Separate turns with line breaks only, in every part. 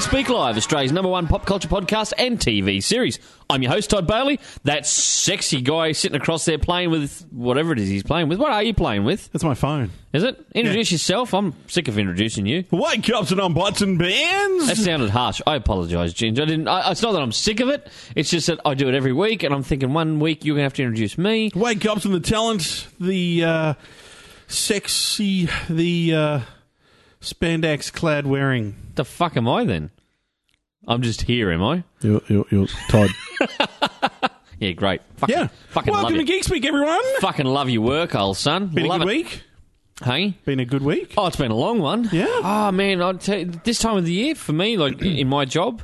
Speak Live, Australia's number one pop culture podcast and TV series. I'm your host, Todd Bailey. That sexy guy sitting across there playing with whatever it is he's playing with. What are you playing with?
That's my phone.
Is it? Introduce yourself. I'm sick of introducing you.
Wake up to non bots and bands.
That sounded harsh. I apologise, Ginger. I didn't. I, it's not that I'm sick of it. It's just that I do it every week, and I'm thinking one week you're going to have to introduce me.
Wake up to the talent, the uh, sexy, the uh, spandex clad wearing.
The fuck am I then? I'm just here, am I?
You're, you're, you're Todd.
Yeah, great. Fucking,
Yeah.
fucking
Welcome to
love you.
Geek Speak, everyone.
Fucking love your work, old son.
Been
love
a good
it.
week.
Hey.
Been a good week.
Oh, it's been a long one.
Yeah.
Oh man, I tell you, this time of the year for me, like in my job,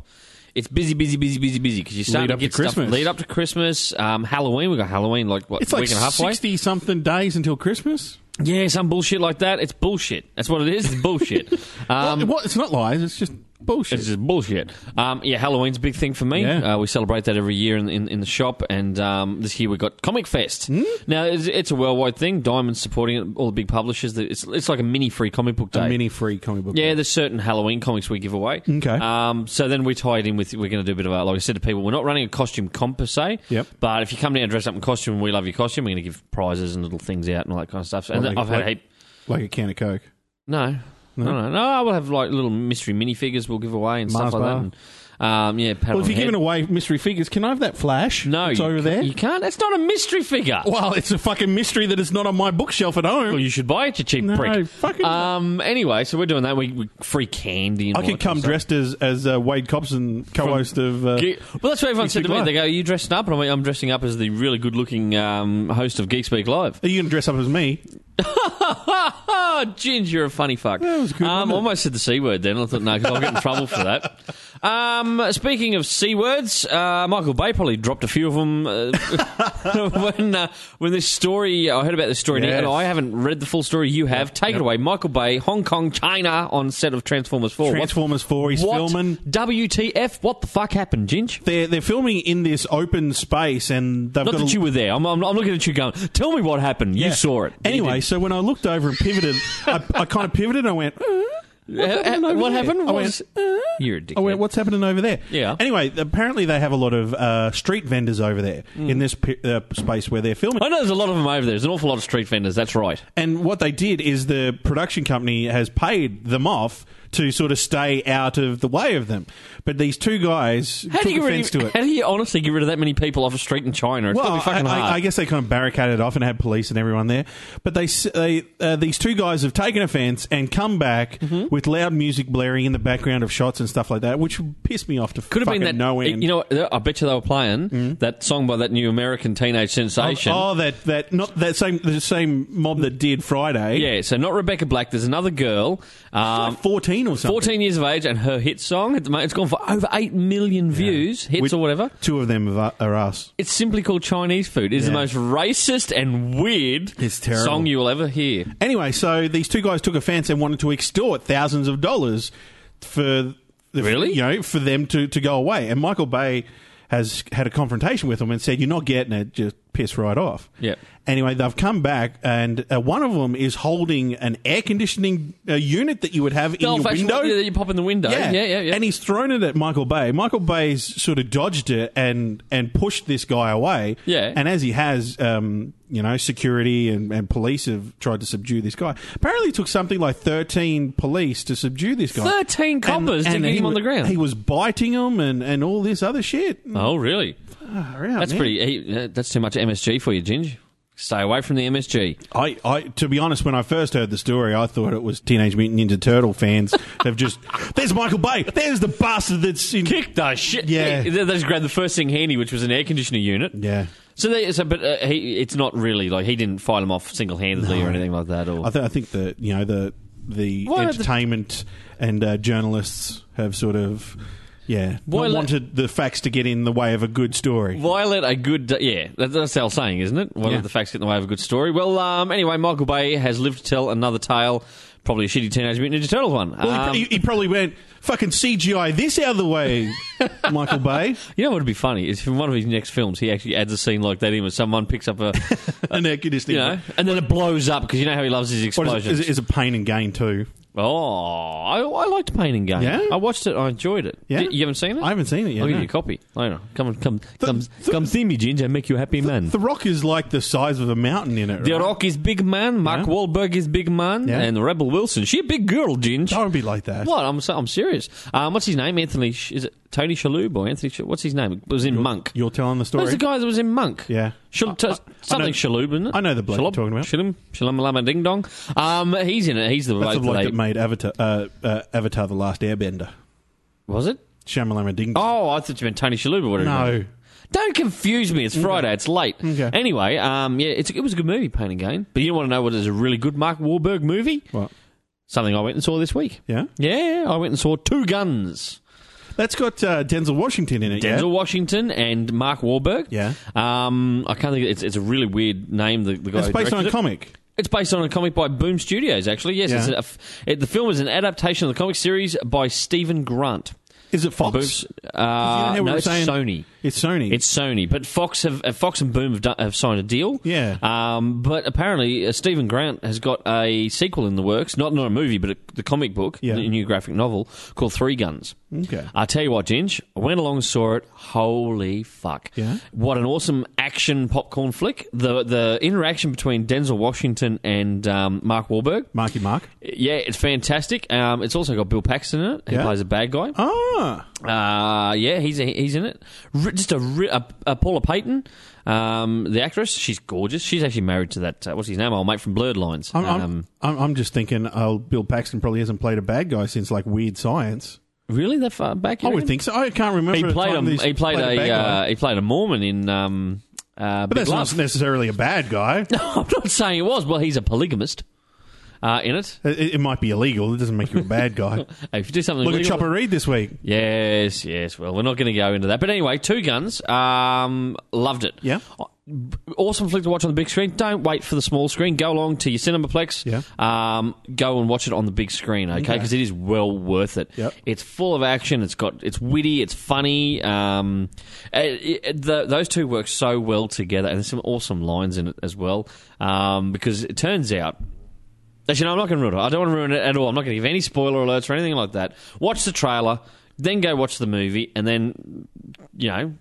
it's busy, busy, busy, busy, busy because you start
Lead
to
up
get
to
stuff.
Christmas.
Lead up to Christmas, um, Halloween. We got Halloween like what
it's like
week and a half away.
sixty something days until Christmas.
Yeah, some bullshit like that. It's bullshit. That's what it is. It's bullshit. um,
Well, what- It's not lies. It's just bullshit.
it's just bullshit. Um, yeah, Halloween's a big thing for me.
Yeah.
Uh, we celebrate that every year in, in, in the shop, and um, this year we got Comic Fest.
Hmm?
Now it's, it's a worldwide thing. Diamond's supporting it. All the big publishers. It's it's like a mini free comic book day.
a mini free comic book.
Yeah, there's certain Halloween comics we give away.
Okay.
Um, so then we tie it in with we're going to do a bit of a, like I said to people, we're not running a costume comp per se.
Yep.
But if you come down dressed up in costume, we love your costume. We're going to give prizes and little things out and all that kind of stuff. And
Like-
I've had a
like-
heap.
like a can of Coke.
No. No, no, no. I will have like little mystery minifigures we'll give away and
Mars
stuff like
bar.
that. And, um, yeah. Pat
Well,
on
if you're
the head.
giving away mystery figures, can I have that flash?
no,
it's
you
over
ca-
there.
You can't. That's not a mystery figure.
Well, it's a fucking mystery that it's not on my bookshelf at home.
Well, you should buy it, you cheap
no,
prick.
fucking.
Um. Anyway, so we're doing that. We, we free candy. And
I
all
could
that kind
come
of stuff.
dressed as as uh, Wade Cobson, co-host of. Uh,
Ge- well, that's what everyone
Geek
said to
Speak
me.
Live.
They go, "Are you dressing up?" And I'm, like, I'm dressing up as the really good-looking um, host of Geek Speak Live.
are you going to dress up as me?
Oh, Ginge, you're a funny fuck.
That was good,
Um,
wasn't it?
almost said the c word then. I thought no, because I'll get in trouble for that. Um, speaking of c words, uh, Michael Bay probably dropped a few of them uh, when uh, when this story. I heard about this story,
Yes.
and I haven't read the full story. You have. Take it away, Michael Bay, Hong Kong, China, on set of Transformers Four. What-
Transformers Four. He's
what,
filming.
WTF? What the fuck happened, Ginge?
They're they're filming in this open space, and they've
Not
got.
that
a-
you were there. I'm, I'm, I'm looking at you going, tell me what happened.
Yeah.
You saw it.
Anyway, so when I looked over and pivoted, I, I kind of pivoted. and I went.
You did. Uh, uh, what,
over there?
happened?
I
What
went,
was- uh, You're a dickhead.
Oh, wait, what's happening over there?
Yeah.
Anyway, apparently they have a lot of uh, street vendors over there
Hmm.
in this pi- uh, space where they're filming.
I know there's a lot of them over there. There's an awful lot of street vendors. That's right.
And what they did is the production company has paid them off to sort of stay out of the way of them. But these two guys
How do
took
you
offense
really,
to it.
How do you honestly get rid of that many people off a street in China? It's
well,
gotta be fucking
I, I-
hard.
I guess they kind of barricaded off and had police and everyone there. But they, s- they uh, these two guys have taken offence and come back
Mm-hmm.
with loud music blaring in the background of shots and stuff like that, which pissed me off to
could have
fucking
been that.
no end.
You know, what? I bet you they were playing that song by that new American teenage sensation.
Oh, that that not that same the same mob that did Friday.
Yeah, so not Rebecca Black. There's another girl. Um,
Like fourteen or something.
14 years of age and her hit song at the moment, it's gone for over 8 million views, hits
Which-
or whatever.
Two of them are, are us.
It's simply called Chinese food. It's the
Yeah.
most racist and weird
It's terrible.
song you will ever hear.
Anyway, so these two guys took offence and wanted to extort thousands of dollars for the,
Really?
you know for them to, to go away. And Michael Bay has had a confrontation with them and said, "You're not getting it. Just piss right off."
Yep.
Anyway, they've come back, and uh, one of them is holding an air conditioning uh, unit that you would have in
The
your
old-fashioned
window.
one that you pop in the window. Yeah, yeah, yeah.
And he's thrown it at Michael Bay. Michael Bay's sort of dodged it and and pushed this guy away.
Yeah.
And as he has, um, you know, security and, and police have tried to subdue this guy. Apparently, it took something like thirteen police to subdue this guy.
13 coppers to get
he
him on
wa-
the ground.
He was biting him and, and all this other shit.
oh, really?
Far out,
That's
man.
pretty. Hey, uh, that's too much MSG for you, Ginge. Stay away from the MSG.
I, I, to be honest, when I first heard the story, I thought it was Teenage Mutant Ninja Turtle fans. They've just there's Michael Bay. There's the bastard that's in.
Kick the shit.
Yeah.
Hey, They just grabbed the first thing handy, which was an air conditioner unit.
Yeah.
So, they, so but uh, he, it's not really like he didn't fight him off single handedly or anything like that. Or
I, th- I think that you know the the
Why are the-
entertainment and uh, journalists have sort of yeah
Why
not
let-
wanted the facts to get in the way of a good story.
Why let a good yeah that, that's our saying, isn't it? Why
Yeah.
let the facts get in the way of a good story? Well, um, anyway, Michael Bay has lived to tell another tale, probably a shitty Teenage Mutant Ninja Turtles one.
Well,
Um,
he, pr- he probably went fucking CGI this out of the way, Michael Bay.
You know what would be funny is if in one of his next films he actually adds a scene like that in where someone picks up a,
An air conditioning.
you know, and then it blows up because you know how he loves his
What is, it,
explosions.
is, it, is it pain and gain too?
Oh, I, I liked Pain and Gain.
Yeah?
I watched it. I enjoyed it.
Yeah?
Did- you haven't seen it?
I haven't seen it yet.
I'll give
no.
you a copy later. Come and come, come,
the-
come see me, Ginger. Make you happy, man.
The Rock is like the size of a mountain in it.
The
right?
Rock is big man. Mark
Yeah.
Wahlberg is big man,
Yeah.
and Rebel Wilson. She a big girl, Ginger.
Don't be like that.
What? I'm so- I'm serious. Um, what's his name? Anthony? Sh- Is it Tony Shalhoub or Anthony? Sh- What's his name? It was in Monk.
You're telling the story.
Who's the guy that was in Monk?
Yeah.
Shal- t- something Shalhoub, isn't it?
I know the bloke you're
Shalhoub-
talking about.
Shalhoub, Shalom Lama Ding Dong. Um, he's in it. He's the bloke
That's the bloke
that
that
they-
made Avatar, uh, uh, Avatar: The Last Airbender.
was it?
Shyamalama Ding. Dong.
Oh, I thought you meant Tony Shalhoub or whatever.
no,
Don't confuse me. It's Friday. It's late.
Okay.
Anyway, um, yeah, it's, it was a good movie, Pain and Gain. But you want to know what is a really good Mark Wahlberg movie?
What?
Something I went and saw this week.
yeah,
Yeah, I went and saw Two Guns.
that's got uh, Denzel Washington in it.
Denzel Washington and Mark Wahlberg.
Yeah,
Um, I can't think. It's, it's a really weird name. The, the guy
yeah. It's
who
based on
directed
a
it.
comic.
It's based on a comic by Boom Studios, actually. Yes,
Yeah.
it's a f it, the film is an adaptation of the comic series by Stephen Grant.
Is it Fox?
Boom's,
you know
uh,
how we
no,
were
it's
saying-
Sony.
It's Sony.
It's Sony, but Fox have uh, Fox and Boom have, done, have signed a deal.
Yeah.
Um, but apparently, uh, Stephen Grant has got a sequel in the works, not not a movie, but a, the comic book,
Yeah.
a new graphic novel called Three Guns.
okay.
I tell you what, Ginge, I went along and saw it. Holy fuck!
Yeah?
What an awesome action popcorn flick. The the interaction between Denzel Washington and um, Mark Wahlberg.
Marky Mark.
Yeah, it's fantastic. Um, it's also got Bill Paxton in it. He
Yeah?
plays a bad guy.
Ah,
Uh, yeah, he's he's in it. R- Just a, ri- a, a Paula Payton, um, the actress. She's gorgeous. She's actually married to that. Uh, what's his name? Old mate from Blurred Lines.
I'm, I'm,
um,
I'm, I'm just thinking. Oh, Bill Paxton probably hasn't played a bad guy since like Weird Science.
really that far back? you
I would
reckon?
think so. I can't remember.
he
a
played
time
a
that he's
he played,
played bad
a,
guy.
uh, he played a Mormon in. Um, uh,
but that's not necessarily a bad guy.
No, I'm not saying it was. Well, he's a polygamist. Uh, in it,
It, it might be illegal. It doesn't make you a bad guy.
Hey, if you do something,
Look at
illegal-
Chopper Reed this week.
Yes, yes. Well, we're not going to go into that. But anyway, Two Guns, um, loved it.
Yeah.
Awesome flick to watch on the big screen. Don't wait for the small screen. Go along to your Cinemaplex.
Yeah.
Um, go and watch it on the big screen, okay? Because it is well worth it.
Yep.
It's full of action. It's got it's witty. It's funny. Um, it, it, the, those two work so well together, and there's some awesome lines in it as well. Um, because it turns out Actually, no, I'm not going to ruin it. I don't want to ruin it at all. I'm not going to give any spoiler alerts or anything like that. Watch the trailer, then go watch the movie, and then, you know,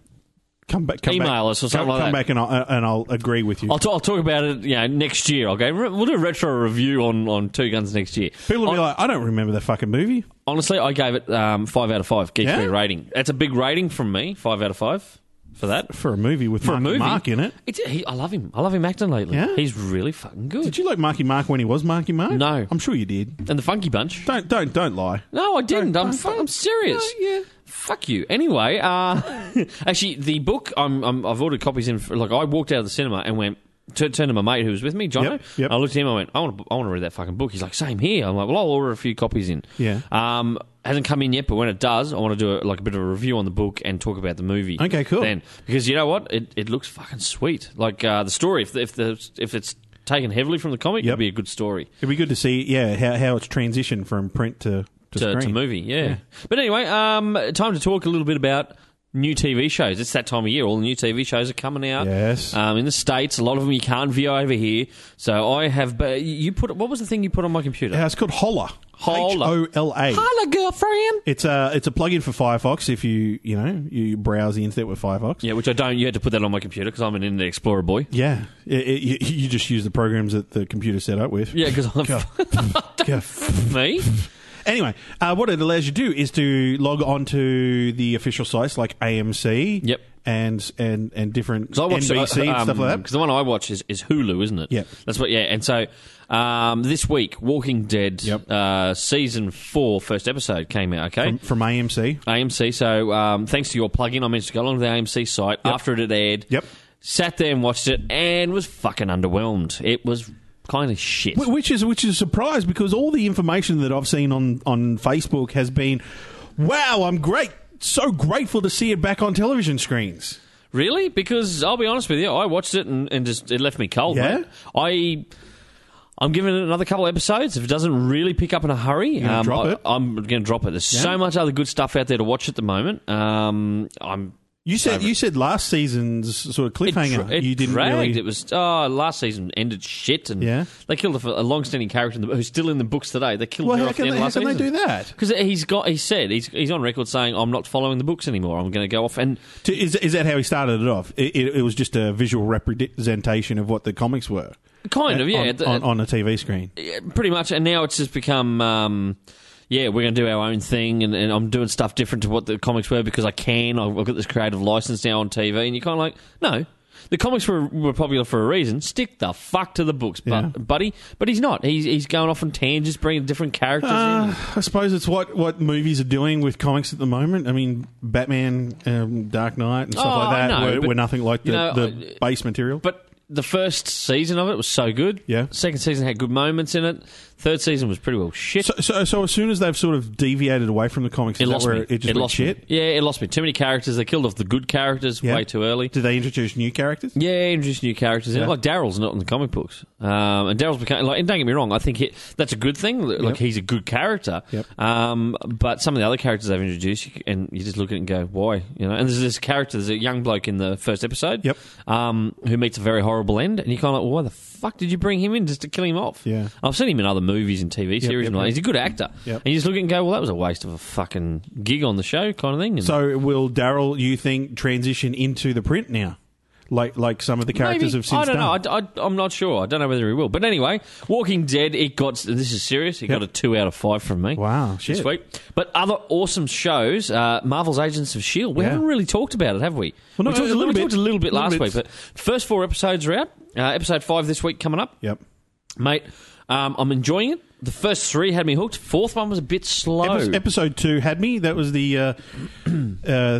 Come back. Come
Email
back,
us or something
come,
like
come
that.
back and I'll, uh, and I'll agree with you.
I'll, t- I'll talk about it, you know, next year. I'll go, re- we'll do a retro review on, on Two Guns next year.
People will be like, I don't remember that fucking movie.
Honestly, I gave it um, 5 out of 5 Geek
Yeah?
Square rating. That's a big rating from me, 5 out of 5 for that.
For a movie with
a
Marky
movie?
Mark in it.
It's, he, I love him. I love him acting lately.
Yeah?
He's really fucking good.
Did you like Marky Mark when he was Marky Mark?
No.
I'm sure you did.
and the Funky Bunch.
Don't don't don't lie.
No, I didn't. I'm,
don't-
fu- I'm serious.
No, yeah.
Fuck you. Anyway, uh, actually, the book I'm, I'm, I've ordered copies in. For, like, I walked out of the cinema and went. tu- Turned to my mate who was with me, John.
Yep, yep.
I looked at him. I went, "I want to, I want to read that fucking book." He's like, "Same here." I'm like, "Well, I'll order a few copies in."
Yeah.
Um, hasn't come in yet, but when it does, I want to do a, like a bit of a review on the book and talk about the movie.
Okay, cool.
Then, because you know what, it, it looks fucking sweet. Like uh, the story, if the, if the if it's taken heavily from the comic,
Yep.
it'd be a good story.
It'd be good to see, yeah, how, how it's transitioned from print to, to,
to, to
screen.
movie, yeah. But anyway, um, time to talk a little bit about new TV shows. It's that time of year. All the new TV shows are coming out.
Yes.
Um, in the states, a lot of them you can't view over here. So I have. But you put what was the thing you put on my computer?
Uh, it's called Holla.
Holla.
H O L A.
Holla, girlfriend.
It's a it's a plugin for Firefox. If you you know you browse the internet with Firefox,
Yeah, which I don't. You had to put that on my computer because I'm an Internet Explorer boy.
yeah, It- it- you, you just use the programs that the computer set up with.
Yeah, because I'm
Yeah.
me.
Anyway, uh, what it allows you to do is to log on to the official sites like AMC,
Yep.
and and and different
'Cause I watch uh, um,
NBC and stuff like
Because
that.
the one I watch is, is Hulu, isn't it?
Yep.
That's what. Yeah, and so um, this week, Walking Dead,
Yep.
uh, season four, first episode came out. Okay.
From, from AMC,
AMC. So um, thanks to your plug-in, I managed to go along to the AMC site after it had aired.
Yep.
Sat there and watched it and was fucking underwhelmed. It was kind of shit.
Wh- which is which is a surprise because all the information that I've seen on on Facebook has been, wow, I'm great, so grateful to see it back on television screens.
Really? Because I'll be honest with you, I watched it and, and just it left me cold.
Yeah?
mate. I. I'm giving it another couple of episodes. If it doesn't really pick up in a hurry,
gonna
um,
drop
I,
it?
I'm going to drop it. There's so much other good stuff out there to watch at the moment. Um, I'm
You said
Over
you said last season's sort of
It dra-
cliffhanger.
it
you didn't
dragged.
really.
It was oh, last season ended shit, and
Yeah.
they killed a, a long-standing character in the, who's still in the books today. They killed
well,
her
how
off the
can,
end
they,
of
how
last
can they
season.
do that?
Because he's got, he said he's he's on record saying I'm not following the books anymore. I'm going to go off and
To- Is, is that how he started it off? It, it, it was just a visual representation of what the comics were.
kind of yeah,
Uh, on,
th-
on, on a TV screen.
yeah, pretty much. And now it's just become um, yeah, we're going to do our own thing, and, and I'm doing stuff different to what the comics were because I can. I've I've got this creative license now on TV, and you're kind of like no. The comics were, were popular for a reason. Stick the fuck to the books, but,
Yeah.
buddy. But he's not. He's he's going off on tangents, bringing different characters in.
Uh, I suppose it's what, what movies are doing with comics at the moment. I mean, Batman, um, Dark Knight, and stuff
Oh,
like that
I know,
were,
but,
were nothing like the,
you know,
the
I- uh,
base material.
But the first season of it was so good.
Yeah.
Second season had good moments in it. Third season was pretty well shit.
so, so, so as soon as they've sort of deviated away from the comics,
it
is that
lost
where
me.
it just went
lost
shit.
me. Yeah, it lost me. Too many characters. They killed off the good characters
Yeah.
way too early.
Did they introduce new characters?
Yeah, introduce new characters. in it.
Yeah.
Like Daryl's not in the comic books, um, and Daryl's become like. And don't get me wrong, I think it, that's a good thing. Like
Yep.
he's a good character.
Yep.
Um, but some of the other characters they've introduced, you- and you just look at it and go, why? You know. And there's this character, there's a young bloke in the first episode.
Yep.
Um, who meets a very horrible end, and you kind of like, well, why the fuck did you bring him in just to kill him off?
Yeah.
I've seen him in other movies and TV series.
yep,
and all that.
yep.
He's a good actor.
Yep.
And you just look at it and go, well, that was a waste of a fucking gig on the show, kind of thing. And
So will Daryl, you think, transition into the print now, like like some of the characters
Maybe.
have since
I don't
done?
know. I, am not sure. I don't know whether he will. But anyway, Walking Dead. It got this is serious. It
Yep.
got a two out of five from me.
Wow,
This
shit.
week, but other awesome shows, uh, Marvel's Agents of Shield. E We
Yeah.
haven't really talked about it, have we?
Well, no,
we talked
a little
we
bit.
talked a little bit
Little
last
bit.
week, but first four episodes are out. Uh, episode five this week coming up,
Yep.
mate. Um, I'm enjoying it. The first three had me hooked. Fourth one was a bit slow.
Epis- episode two had me. That was the uh, uh,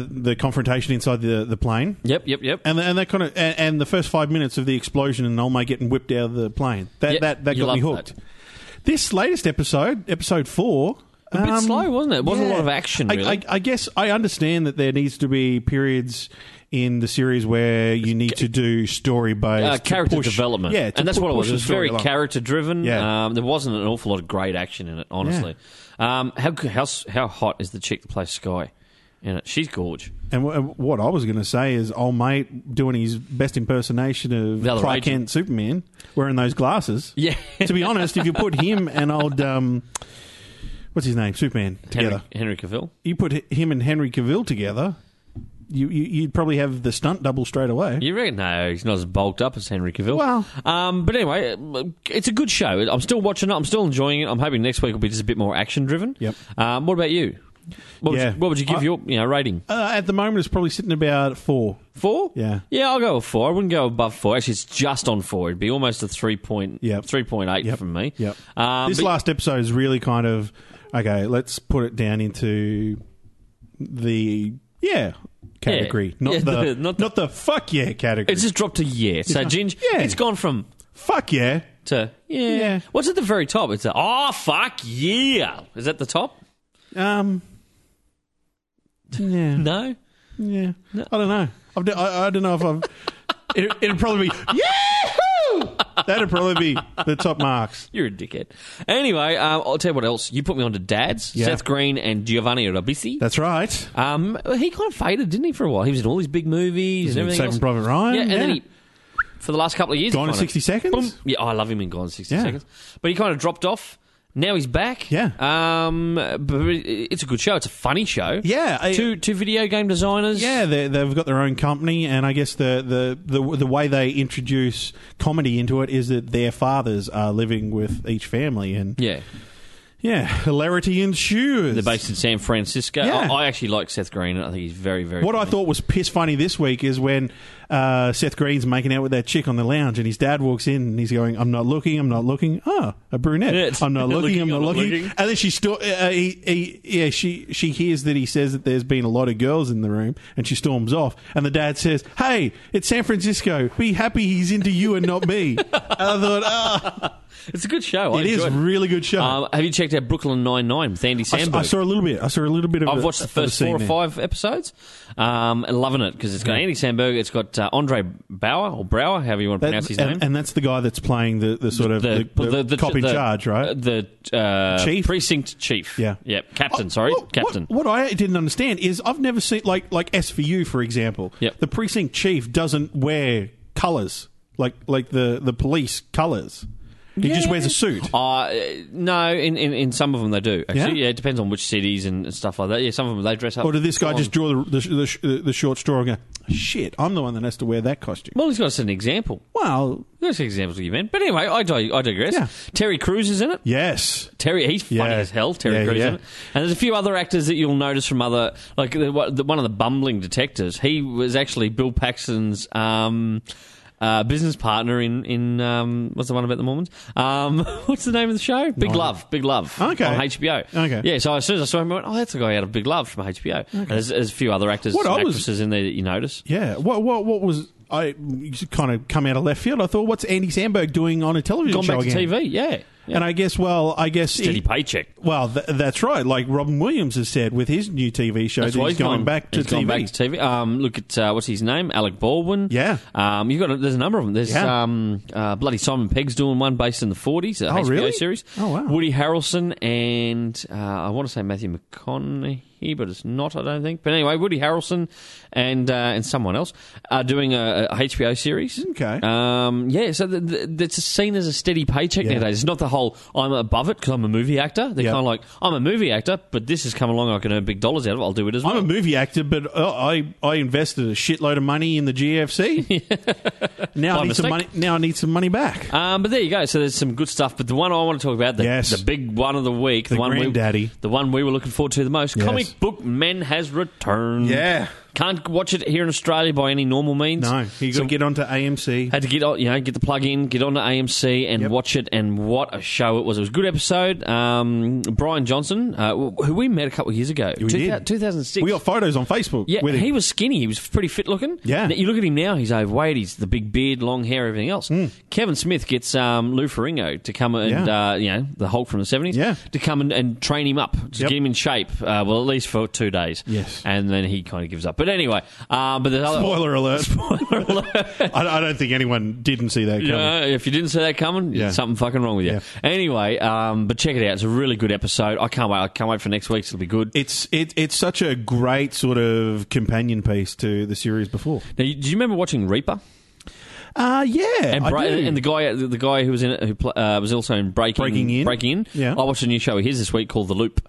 the confrontation inside the the plane.
yep, yep, yep.
And, and that kind of and, and the first five minutes of the explosion and Olme getting whipped out of the plane that
Yeah,
that, that
you
got me
love
hooked. This latest episode, episode four,
A bit
um,
slow, wasn't it? It wasn't a lot of action.
I-
Really.
I, I guess I understand that there needs to be periods in the series where you need to do story based
uh, character
push,
development.
Yeah, to
and that's
pu-
what it was.
push
It
the
was
story
very
along.
character driven.
Yeah.
Um, there wasn't an awful lot of great action in it, honestly. Um, how how how hot is the chick that plays Sky? In it, she's gorge.
And w- what I was going to say is, old mate doing his best impersonation of
The other
Clark
agent.
Kent Superman, wearing those glasses.
Yeah.
to be honest, if you put him and old um, what's his name, Superman together,
Henry, Henry Cavill.
you put h- him and Henry Cavill together, you, you you'd probably have the stunt double straight away.
You reckon? No, he's not as bulked up as Henry Cavill.
Well-
um, but anyway, it's a good show. I'm still watching it. I'm still enjoying it. I'm hoping next week will be just a bit more action driven.
Yep.
Um, what about you? What,
Yeah.
would you, what would you give
I-
your you know rating?
Uh, at the moment, it's probably sitting about four.
Four?
Yeah.
Yeah, I'll go with four. I wouldn't go above four. Actually, it's just on four. It'd be almost a three point,
Yep.
3.8
Yep.
from me.
Yep.
Um,
this
but-
last episode is really kind of okay. Let's put it down into the yeah category, not
Yeah,
the,
the-
not,
not
the,
the-
fuck yeah category.
It's just dropped to yeah. So, Ginge,
yeah.
it's gone from
fuck yeah.
to yeah.
Yeah.
What's at the very top? It's a, oh, fuck yeah. Is that the top?
Um, yeah,
No?
yeah. I don't know. I've, d- I, I don't know if I've. It, it'd probably be yahoo. That'd probably be the top marks.
You're a dickhead. Anyway, um, I'll tell you what else. You put me on to Dad's,
Yeah.
Seth Green and Giovanni Ribisi.
That's right.
Um, he kind of faded, didn't he, for a while? He was in all these big movies and everything.
Saving
else.
Private Ryan.
Yeah, and then he, for the last couple of years, he
Gone in
kinda-
60 seconds?
Boom. Yeah, I love him in Gone in sixty
Yeah.
seconds. But he kind of dropped off. Now he's back.
Yeah.
Um, but it's a good show. It's a funny show.
yeah. I-
Two two video game designers.
Yeah, they, they've got their own company, and I guess the, the, the, the way they introduce comedy into it is that their fathers are living with each family, and
Yeah.
yeah, hilarity ensues.
They're based in San Francisco.
Yeah.
I, I actually like Seth Green. I think he's very very.
What I
funny.
thought was piss funny this week is when uh, Seth Green's making out with that chick on the lounge, and his dad walks in, and he's going, "I'm not looking, I'm not looking." Ah, a brunette.
Yeah, it's-
I'm not looking, I'm not looking.
looking.
And then she sto- uh, he, he, yeah, she she hears that he says that there's been a lot of girls in the room, and she storms off. And the dad says, "Hey, it's San Francisco. Be happy he's into you and not me." and I thought, ah,
It's a good show. I
It is
enjoyed
really good show.
Um, have you checked out Brooklyn Nine Nine with Andy
I s-
Samberg?
I, saw a little bit. I saw a little bit of.
I've
it-
watched the
I've never
first four or
seen it.
five episodes. Um, and loving it because it's got Andy Sandberg, it's got uh, Andre Bauer or Brower, however you want to
That-
pronounce his
and,
name.
and that's the guy that's playing the, the sort of the, the, cop in
the-
charge, right?
The uh,
Chief?
precinct chief.
Yeah. Oh,
yeah, captain. sorry,
What- what-
captain.
What, I didn't understand is I've never seen like like SVU for example.
Yep.
The precinct chief doesn't wear colours like like the the police colours. He just wears a suit.
Uh, no, in, in, in some of them they do. Actually, yeah?
Yeah?
it depends on which cities and, and stuff like that. Yeah, some of them they dress up.
Or did this guy
full
just draw the the, the, sh- the short straw and go, "Shit, I'm the one that has to wear that costume."
on. Well, he's got us an example.
Well,
There's examples of you, man. But anyway, I, dig- I digress.
Yeah.
Terry Crews is in it.
yes.
Terry, he's funny
Yeah.
as hell. Terry
Yeah,
Crews,
yeah.
isn't it? and there's a few other actors that you'll notice from other, like the, what- the, one of the bumbling detectives. He was actually Bill Paxton's um, uh, business partner in in um, what's the one about the Mormons? Um, what's the name of the show? Big Love, Big Love.
Okay.
on HBO.
Okay.
yeah. So as soon as I saw him, I went, "Oh, that's the guy out of Big Love from HBO." And there's, there's a few other actors,
What
and
I was-
actresses in there that you notice.
Yeah. What what what was I kind of come out of left field? I thought, what's Andy Sandberg doing on a television
Gone
show
back to
again?
TV, yeah. yeah.
And I guess, well, I guess
Steady
he-
paycheck.
Well, th- that's right. Like Robin Williams has said with his new TV show,
That's
that
why
he's, going
gone-
back to
he's
TV.
gone back to TV. Um, look at uh, what's his name, Alec Baldwin.
Yeah.
Um, you got a, there's a number of them. There's
Yeah.
um, uh, bloody Simon Pegg's doing one based in the uh, 40s. A
Oh,
HBO
really?
Series.
Oh, wow.
Woody Harrelson and uh, I want to say Matthew McConaughey, but it's not. I don't think. But anyway, Woody Harrelson and uh, and someone else are doing a, a HBO series.
Okay.
Um, yeah. So th th that's seen as a steady paycheck
Yeah.
nowadays. It's not the whole I'm above it because I'm a movie actor. They're
Yeah.
kind of like I'm a movie actor, but this has come along. I can earn big dollars out of. it. I'll do it as well.
I'm a movie actor, but uh, I I invested a shitload of money in the GFC. now
By
I need
mistake.
some money. Now I need some money back.
Um, but there you go. So there's some good stuff. But the one I want to talk about, the,
Yes.
the big one of the week, the,
The
one we,
granddaddy.
the one we were looking forward to the most.
Yes.
Comic Book Men has returned.
Yeah.
can't watch it here in Australia by any normal means.
No, you got to get onto AMC.
Had to get on, you know, get the plug in, get on to AMC and
Yep.
watch it. And what a show it was! It was a good episode. Um, Brian Johnson, uh, who we met a couple of years ago,
We did.
two thousand six.
We got photos on Facebook.
Yeah,
with him.
he was skinny. He was pretty fit looking.
Yeah.
Now, You look at him now, he's overweight. He's the big beard, long hair, everything else.
Hmm.
Kevin Smith gets um, Lou Ferrigno to come and,
Yeah.
uh, you know, the Hulk from the 70s,
Yeah.
to come and, and train him up, to
Yep.
get him in shape, uh, well, at least for two days.
Yes.
And then he kind of gives up. But anyway, uh, but the other.
Spoiler alert! I, I don't think anyone didn't see that. Coming.
Yeah, if you didn't see that coming,
Yeah.
there's something fucking wrong with you.
Yeah.
Anyway, um, but check it out. It's a really good episode. I can't wait. I can't wait for next week's. It'll be good.
It's it, it's such a great sort of companion piece to the series before.
Now, you- do you remember watching Reaper?
Uh yeah,
And,
I
Bra-
do.
and the guy, the guy who was in it, who pl- uh, was also in Breaking,
Breaking In? Yeah.
I watched a new show of his this week called The Loop.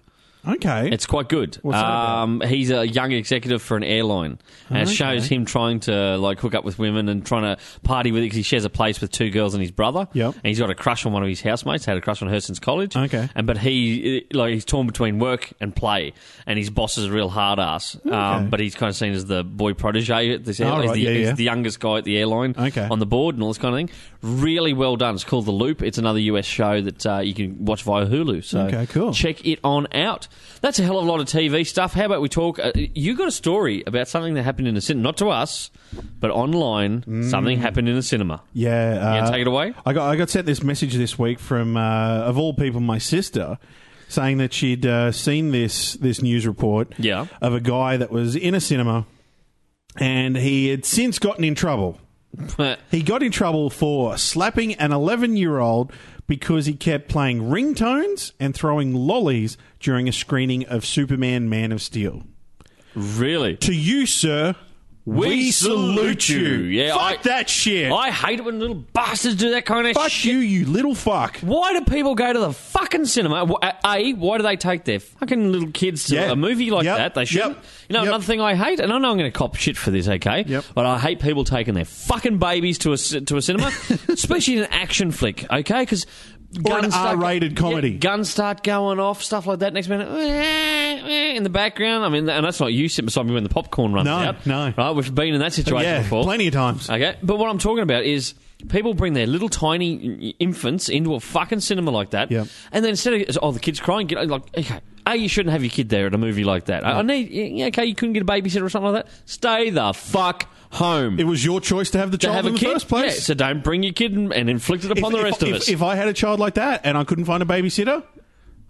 okay,
It's quite good.
What's that about?
um, he's a young executive for an airline, and it shows him trying to like hook up with women and trying to party with. Cause he shares a place with two girls and his brother.
Yep.
And he's got a crush on one of his housemates. Had a crush on her since college.
Okay.
And but he like he's torn between work and play, and his boss is a real hard ass. Um,
Okay.
but he's kind of seen as the boy protege at this airline.
Oh,
he's,
right.
the,
Yeah,
he's
yeah.
the youngest guy at the airline.
Okay.
On the board and all this kind of thing. Really well done. It's called The Loop. It's another US show that uh, you can watch via Hulu. So
Okay, cool.
Uh, check it on out. That's a hell of a lot of TV stuff. How about we talk? Uh, you got a story about something that happened in a cinema, not to us, but online. Something happened in a cinema.
yeah.
Yeah,
Mm. Uh,
take it away.
I got I got sent this message this week from uh, of all people, my sister, saying that she'd uh, seen this this news report
Yeah.
of a guy that was in a cinema, and he had since gotten in trouble. He got in trouble for slapping an 11 year old because he kept playing ringtones and throwing lollies during a screening of Superman Man of Steel.
really?
To you, sir, we,
We salute
salute, you.
you. Yeah,
Fuck
I-
that shit.
I hate it when little bastards do that kind of
Fuck
shit.
you, you little fuck.
Why do people go to the fucking cinema? Wh- uh, A, why do they take their fucking little kids to
Yeah.
a movie like
Yep.
that? They shouldn't.
Yep.
You know,
Yep.
another thing I hate, and I know I'm going to cop shit for this, okay?
Yep.
But I hate people taking their fucking babies to a c- to a cinema, especially in an action flick, okay? Because
Or an R-rated comedy.
guns start going off, stuff like that. Next minute, "Eh, eh," in the background. I mean, and that's not you, Sim, sorry, when the popcorn runs
No,
out.
no.
right? We've been in that situation
Yeah,
before.
plenty of times.
Okay, but what I'm talking about is people bring their little tiny infants into a fucking cinema like that,
Yeah.
and then instead of oh the kid's crying, get like okay, a you shouldn't have your kid there at a movie like that. I, I need yeah, okay, you couldn't get a babysitter or something like that. Stay the fuck home.
It was your choice to have the
to
child
have a
in the
kid,
first
yeah,
place.
so don't bring your kid and, and inflict it upon
if,
the
if-
rest of
if-
us.
If I had a child like that and I couldn't find a babysitter,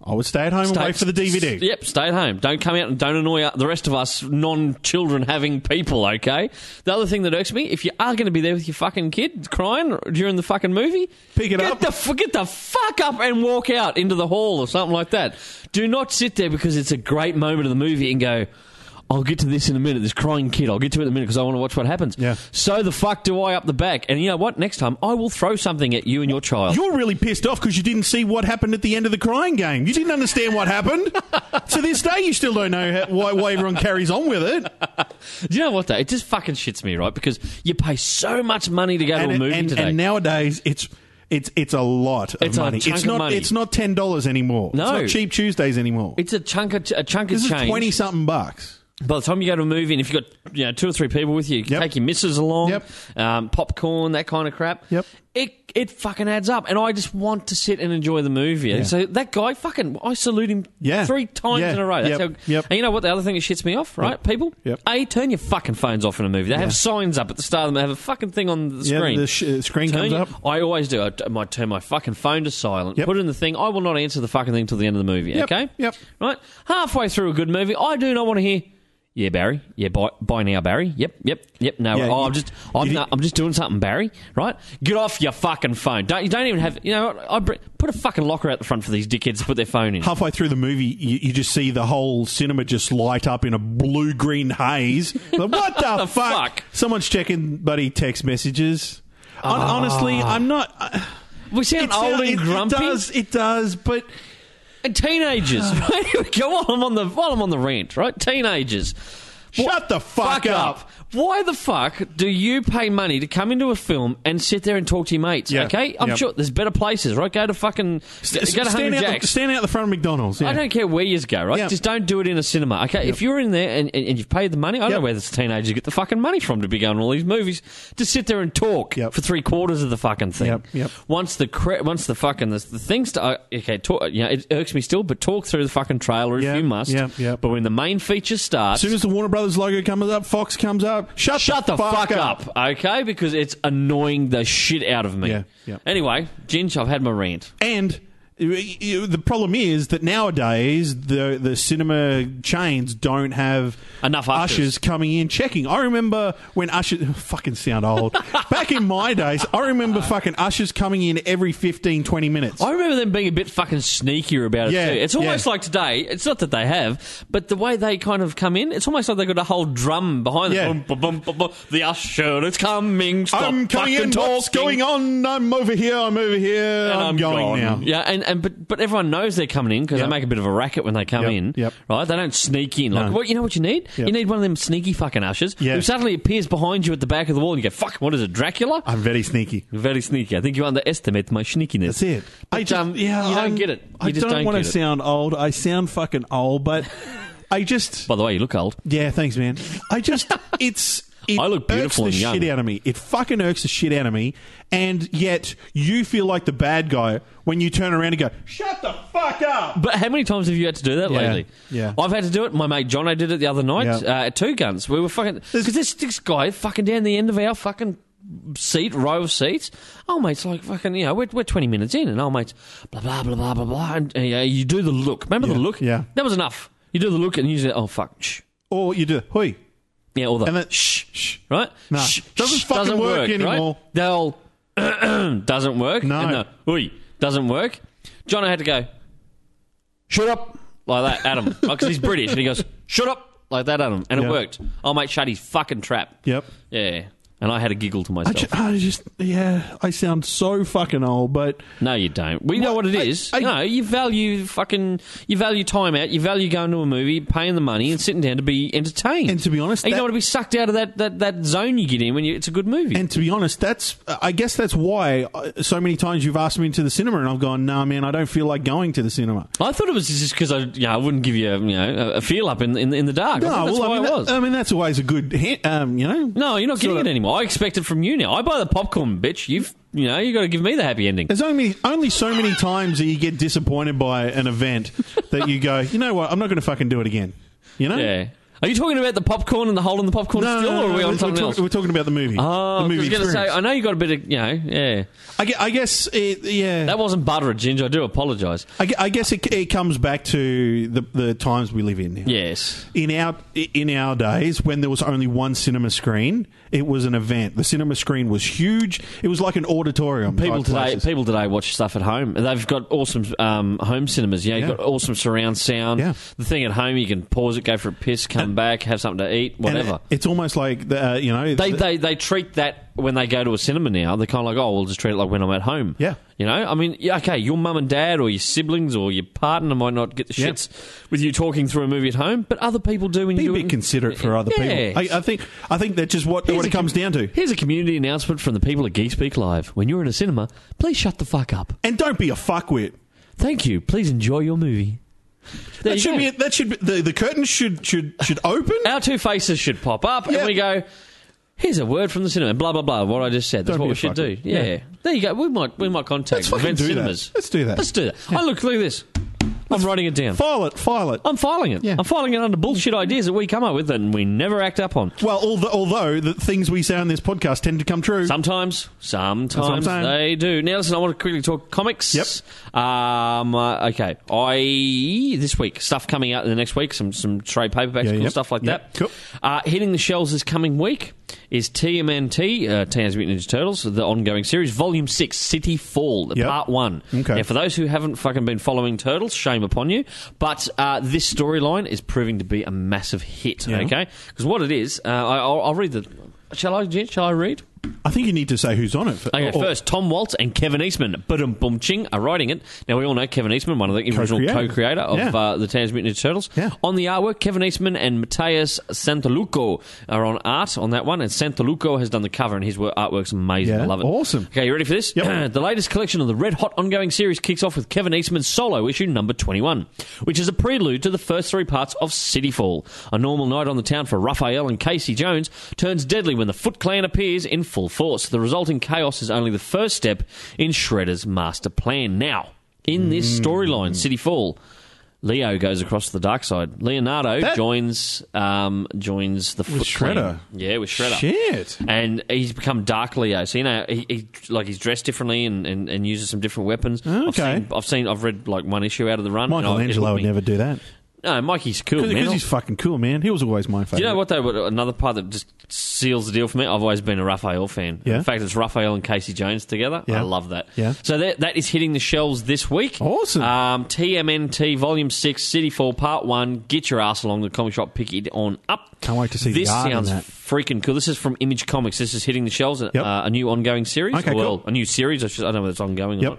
I would stay at home and wait for the DVD.
Yep, stay at home. Don't come out and don't annoy the rest of us non-children having people. Okay. The other thing that irks me, if you are going to be there with your fucking kid crying during the fucking movie,
Pick it
get
up.
The, f- get the fuck up and walk out into the hall or something like that. Do not sit there because it's a great moment of the movie and go. I'll get to this in a minute. This crying kid. I'll get to it in a minute because I want to watch what happens.
Yeah.
So the fuck do I up the back? And you know what? Next time I will throw something at you and your child.
You're really pissed off because you didn't see what happened at the end of the crying game. You didn't understand what happened. to this day, you still don't know how, why, why everyone carries on with it.
Do you know what though? It just fucking shits me, right? Because you pay so much money to go
And,
to a movie
and,
today.
and nowadays, it's. It's it's a lot of
It's a
money.
chunk
it's
of
not
money.
it's not ten dollars anymore.
No.
it's not cheap Tuesdays anymore.
it's a chunk of a chunk
this
of
is
change.
twenty something bucks.
By the time you go to a movie, and if you've got you know two or three people with you, you can
Yep.
take your missus along,
Yep.
um, popcorn, that kind of crap.
Yep.
It it fucking adds up, and I just want to sit and enjoy the movie. And So that guy, fucking, I salute him
Yeah.
three times
Yeah.
in a row. That's
Yep.
how,
Yep.
And you know what? The other thing that shits me off, right, people?
Yep.
A, turn your fucking phones off in a movie. They have signs up at the start of them. They have a fucking thing on the
Yeah,
screen.
the sh- uh, screen
Turn
comes
your-
up.
I always do. I, t- I turn my fucking phone to silent.
Yep.
Put it in the thing. I will not answer the fucking thing till the end of the movie.
Yep,
Okay.
yep.
Right. Halfway through a good movie, I do not want to hear. Yeah, Barry. Yeah, by, by now, Barry. Yep, yep, yep. No,
Yeah,
oh,
you-
I'm just, I'm,
you-
not, I'm just doing something, Barry. Right? Get off your fucking phone. Don't you don't even have. You know, what? I br- put a fucking locker out the front for these dickheads to put their phone in.
halfway through the movie, you, you just see the whole cinema just light up in a blue green haze. Like, what the,
The
fuck?
fuck?
Someone's checking buddy text messages. Hon- Honestly, I'm not.
We sound
it's-
old
it-
and Ah. grumpy.
It does. It does. But
And teenagers. Right? Here we go. While I'm on the while I'm on the rant, right? Teenagers.
shut the fuck, up.
Why the fuck do you pay money to come into a film and sit there and talk to your mates?
Yeah.
Okay, I'm
Yep.
sure there's better places, right? Go to fucking go to
stand,
Hungry
out the,
Jack's.
stand out the front of McDonald's. Yeah.
I don't care where you go, right?
Yeah.
Just don't do it in a cinema, okay? If you're in there and, and, and you've paid the money, I don't
Yep.
know where this teenagers get the fucking money from to be going to all these movies. Just sit there and talk
Yep.
for three quarters of the fucking thing.
Yep, yep.
Once the cre- once the fucking the, the things start, okay, talk, you know, it irks me still, but talk through the fucking trailer
Yeah,
if you must.
yeah, yeah.
But when the main feature starts,
As soon as the Warner Brothers logo comes up, Fox comes up. Shut,
Shut the fuck, up. okay? Because it's annoying the shit out of me.
Yeah, yeah.
Anyway, Ginge, I've had my rant.
And y- y- the problem is that nowadays the the cinema chains don't have
Enough ushers.
coming in checking. I remember when ushers fucking sound old. Back in my days, I remember fucking ushers coming in every 15 20 minutes.
I remember them being a bit fucking sneakier about it
Yeah,
too. It's almost
yeah.
like today. It's not that they have, but the way they kind of come in, it's almost like they got a whole drum behind
Yeah.
them. Bum, bum, bum, bum, bum. The usher is coming. Stop
I'm
fucking
coming in.
Talking.
What's going on? I'm over here. I'm over here.
And
I'm, going
gone.
now.
Yeah, and, and but but everyone knows they're coming in because
Yep.
they make a bit of a racket when they come
Yep,
in.
yep.
Right? They don't sneak in. Like,
No.
what you know what you need?
Yep.
You need one of them sneaky fucking ushers
Yeah.
who suddenly appears behind you at the back of the wall and you go, "Fuck, what is it, Dracula?"
I'm very sneaky.
Very sneaky. I think you underestimate my sneakiness.
That's it.
But, um, you don't
I'm-
get it. You
I
just
don't,
don't
want
get
to
it.
sound old. I sound fucking old, but I just
By the way, you look old.
Yeah, thanks, man. I just it's it
I look beautiful and
irks the
young.
shit out of me. It fucking irks the shit out of me, and yet you feel like the bad guy when you turn around and go, "Shut the fuck up."
But how many times have you had to do that
Yeah.
lately?
Yeah.
I've had to do it. My mate Jono did it the other night
Yeah.
uh, at Two Guns. We were fucking because this, this guy fucking down the end of our fucking seat row of seats. Oh mate's like fucking you know we're, we're twenty minutes in and oh mate's blah blah blah blah blah blah and uh, yeah, you do the look. Remember the
Yeah,
look?
yeah.
That was enough. You do the look and you say oh fuck shh.
Or you do, "Hoi,"
yeah all that
and then
shh
shh, shh.
right?
No. Doesn't fucking work anymore.
Right? They'll doesn't work.
No.
And the, Oi, doesn't work. John, I had to go. Shut up, like that, Adam, because he's British, and he goes, "Shut up," like that, Adam, and
Yeah.
it worked. Oh mate, shut his fucking trap.
Yep.
Yeah, and I had a giggle to
I
myself.
just, I just, yeah, I sound so fucking old, but
no, you don't. We know
Well,
what it
I-
is.
I-
no, you value fucking, you value time out. You value going to a movie, paying the money, and sitting down to be entertained.
And to be honest,
you
that-
don't want to be sucked out of that, that, that zone you get in when you, it's a good movie.
And to be honest, that's I guess that's why uh, so many times you've asked me into the cinema, and I've gone, "Nah, man, I don't feel like going to the cinema."
I thought it was just because I, you know, I wouldn't give you, a, you know, a- a feel up in in, in the dark. I thought that's
Ah, well,
why
I mean, um,
it was.
That, I mean, that's always a good, hint, um, you know.
no, you're not getting
sort
it anymore. I expect it from you now. I buy the popcorn, bitch. You've, you know, you got to give me the happy ending.
There's only only so many times that you get disappointed by an event that you go, you know what, I'm not going to fucking do it again. You know,
Yeah. Are you talking about the popcorn and the hole in the popcorn still, or are we on
we're,
something
talking,
else?
we're talking about the movie.
Oh,
the
'cause I
movie
was going to say,
experience.
I know you got a bit of, you know, yeah.
I, gue- I guess, it, yeah.
That wasn't butter or ginger. I do apologise.
I, gue- I guess it, it comes back to the, the times we live in now.
Yes.
in our in our days when there was only one cinema screen, it was an event. The cinema screen was huge. It was like an auditorium.
People
type
today,
places.
people today watch stuff at home. They've got awesome um, home cinemas. Yeah, you've
Yeah.
got awesome surround sound.
Yeah. Uh,
The thing at home, you can pause it, go for a piss, come back, have something to eat,
And
whatever.
it- it's almost like the, uh, you know
they,
the-
they they treat that when they go to a cinema now. They're kind of like, oh, we'll just treat it like when I'm at home.
Yeah.
you know. I mean, yeah, okay, your mum and dad or your siblings or your partner might not get the
Yeah.
shits with you talking through a movie at home, but other people do. When
be
you
a
do
bit
it.
considerate for other
Yes.
people. I, I think I think that's just what, what
Here's
it
a-
comes down to.
Here's a community announcement from the people at Geek Speak Live. When you're in a cinema, please shut the fuck up.
And don't be a fuckwit.
Thank you. Please enjoy your movie. There
That
you
should
go.
be that should be, the the curtain should should should open.
Our two faces should pop up,
Yeah.
and we go. Here's a word from the cinema. Blah blah blah. What I just said. That's
Don't
what
be
we should
a
do.
fucker.
Yeah.
Yeah.
There you go. We might we might
Let's
contact
fucking
event
do that.
cinemas.
Let's do that.
Let's do that. Oh look, look at this. I'm writing it down.
File it, file it.
I'm filing it.
Yeah.
I'm filing it under bullshit ideas that we come up with and we never act up on.
Well, although, although the things we say on this podcast tend to come true.
Sometimes, sometimes
Sometimes.
they do. Now, listen, I want to quickly talk comics. Yep. Um, uh, okay, I this week stuff coming out in the next week. Some some trade paperbacks,
Yeah,
cool
yep.
stuff like
Yep.
that.
Cool.
Uh, hitting the shelves this coming week is TMNT, uh, Teenage Mutant Ninja Turtles, the ongoing series, Volume Six, City Fall,
Yep.
Part One.
Okay.
Now, for those who haven't fucking been following Turtles, shame upon you. But uh, this storyline is proving to be a massive hit.
Yeah.
Okay, because what it is, uh, I, I'll, I'll read the. Shall I? Jen? Shall I read?
I think you need to say who's on it.
Okay,
Or-
first, Tom Waltz and Kevin Eastman, Budum Bum Ching, are writing it. Now, we all know Kevin Eastman, one of the original
Co-creator.
co creator of
Yeah.
uh, the Teenage Mutant Ninja Turtles.
Yeah.
On the artwork, Kevin Eastman and Mateus Santaluco are on art on that one, and Santaluco has done the cover, and his work, artwork's amazing.
Yeah,
I love it.
awesome.
Okay, you ready for this?
Yep.
the latest collection of the Red Hot ongoing series kicks off with Kevin Eastman's solo issue number 21, which is a prelude to the first three parts of City Fall. A normal night on the town for Raphael and Casey Jones turns deadly when the Foot Clan appears in full force. The resulting chaos is only the first step in Shredder's master plan. Now, in this
Hmm.
storyline, City Fall. Leo goes across to the dark side. Leonardo
That-
joins um, joins the Foot Clan.
Shredder.
Yeah, with Shredder
Shit.
and he's become Dark Leo. So you know, he, he like he's dressed differently and, and, and uses some different weapons. I've
Okay.
seen, I've seen, I've read like one issue out of the run. and I- it
Michelangelo
hooked
would
me.
never do that.
No, Mikey's cool, man.
Because he's fucking cool, man. He was always my favorite.
Do you know uh, what though? What- Another part that just seals the deal for me. I've always been a Raphael fan.
Yeah.
In fact, it's Raphael and Casey Jones together. I
Yeah.
love that.
Yeah.
So that that is hitting the shelves this week.
Awesome.
Um, TMNT Volume Six, City Fall Part One. Get your ass along to the comic shop. Pick it on up.
Can't wait to see the
this
art in
sounds
that.
freaking cool. This is from Image Comics. This is hitting the shelves.
Yep.
Uh, a new ongoing series.
Okay,
well,
cool.
a new series. I, should, I don't know whether it's ongoing
Yep.
or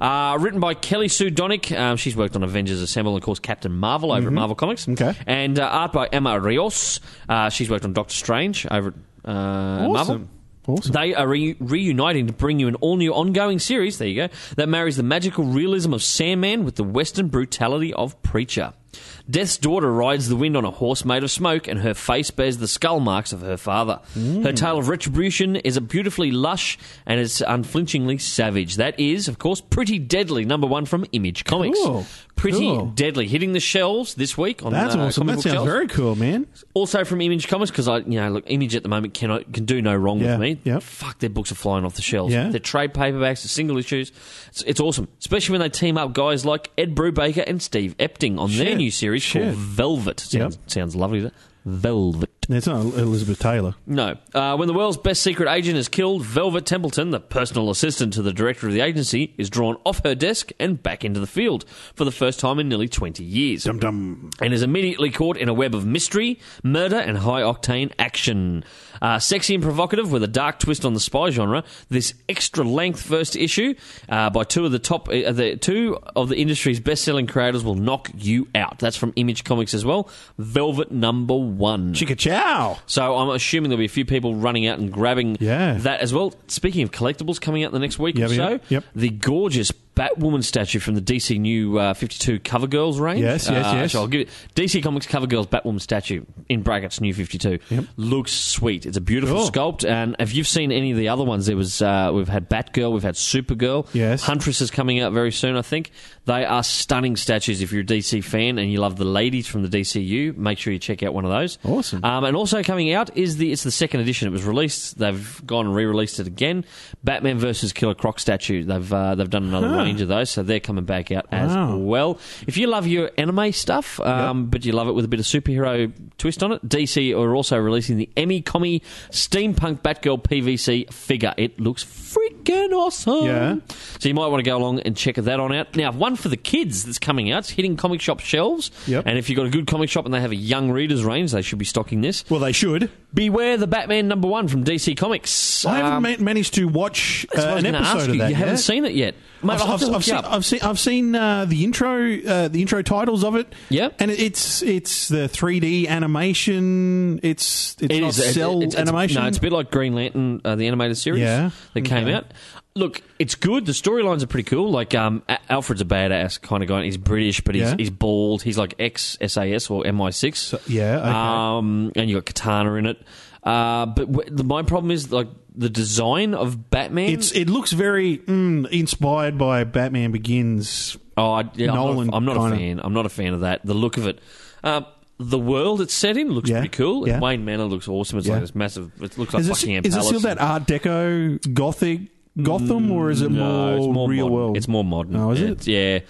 not. Uh, written by Kelly Sue Donick. Um, she's worked on Avengers Assemble and of course Captain Marvel over at Marvel Comics.
Mm-hmm. Okay.
And uh, art by Emma Rios. Uh, she's worked on Doctor Strange over at uh, Marvel.
Awesome. Awesome.
They are re- reuniting to bring you an all new ongoing series, there you go, that marries the magical realism of Sandman with the western brutality of Preacher. Death's daughter rides the wind on a horse made of smoke, and her face bears the skull marks of her father.
Mm.
Her tale of retribution is a beautifully lush and is unflinchingly savage. That is, of course, Pretty Deadly, number one from Image Comics.
Cool.
Pretty
Cool.
Deadly, hitting the shelves this week on
That's
uh,
awesome.
comic book
That sounds
shelves
very cool, man.
also from Image Comics because I, you know, look, Image at the moment can can do no wrong
Yeah,
with me.
yep.
Fuck, their books are flying off the shelves.
Yeah.
Their trade paperbacks, the single issues, it's, it's awesome. Especially when they team up guys like Ed Brubaker and Steve Epting on their
Shit,
new series
shit.
called Velvet. Sounds,
Yep.
sounds lovely. doesn't it? Velvet.
It's not Elizabeth Taylor.
No. Uh, when the world's best secret agent is killed, Velvet Templeton, the personal assistant to the director of the agency, is drawn off her desk and back into the field for the first time in nearly 20 years
Dum dum.
and is immediately caught in a web of mystery, murder, and high octane action. Uh, sexy and provocative with a dark twist on the spy genre, this extra length first issue uh, by two of the top, uh, the two of the industry's best selling creators will knock you out. That's from Image Comics as well. Velvet number one.
Chicka chow.
So I'm assuming there'll be a few people running out and grabbing
Yeah.
that as well. Speaking of collectibles coming out the next week
Yep,
or so,
yep, yep.
the gorgeous Batwoman statue from the DC New uh, 52 Cover Girls range.
Yes, yes,
Uh,
yes.
so I'll give it DC Comics Cover Girls Batwoman statue in brackets New 52. Looks sweet. It's a beautiful
Cool.
sculpt. And if you've seen any of the other ones, there was uh, we've had Batgirl, we've had Supergirl.
Yes.
Huntress is coming out very soon, I think. They are stunning statues. If you're a DC fan and you love the ladies from the DCU, make sure you check out one of those.
Awesome.
Um, and also coming out is the it's the second edition. It was released. They've gone and re-released it again. Batman versus Killer Croc statue. They've uh, they've done another
Huh.
range of those, so they're coming back out
Wow.
as well. If you love your anime stuff, um, but you love it with a bit of superhero twist on it, DC are also releasing the Emmy Commie Steampunk Batgirl PVC figure. It looks freaking awesome.
Yeah.
So you might want to go along and check that on out. Now, one for the kids that's coming out. It's hitting comic shop shelves.
Yep.
And if you've got a good comic shop and they have a young readers range, they should be stocking this.
Well, they should.
Beware the Batman number one from DC Comics.
I haven't
Um,
ma- managed to watch uh,
that's what I was
an
gonna
episode
ask
of
you.
that.
You haven't
yet.
seen it yet, mate.
I've,
I'll have
I've-
to
I've
look you
seen,
up.
I've seen I've seen uh, the intro uh, the intro titles of it.
Yep.
and it- it's it's the 3D animation. It's it's
It
not
is. It-
cell
it's- it's-
animation.
No, it's a bit like Green Lantern, uh, the animated series
Yeah.
that came
Okay.
out. Look, it's good. The storylines are pretty cool. Like um, A- Alfred's a badass kind of guy. He's British, but he's,
Yeah.
he's bald. He's like ex SAS or MI6.
yeah, okay.
Um, and you got Katana in it. Uh, but w- the, my problem is like the design of Batman.
it's it looks very mm, inspired by Batman Begins.
Oh, I, yeah,
Nolan
I'm not, a, I'm not a
kinda-
fan. I'm not a fan of that. The look of it. Um, the world it's set in looks
Yeah,
pretty cool.
yeah.
Wayne Manor looks awesome. It's
Yeah.
like this massive. It looks like
Is,
Buckingham
it, is it
Palace.
still that Art Deco Gothic Gotham, or is it
Mm, No,
more,
it's more
real
modern.
world?
It's more modern.
Oh, is it?
It's- yeah.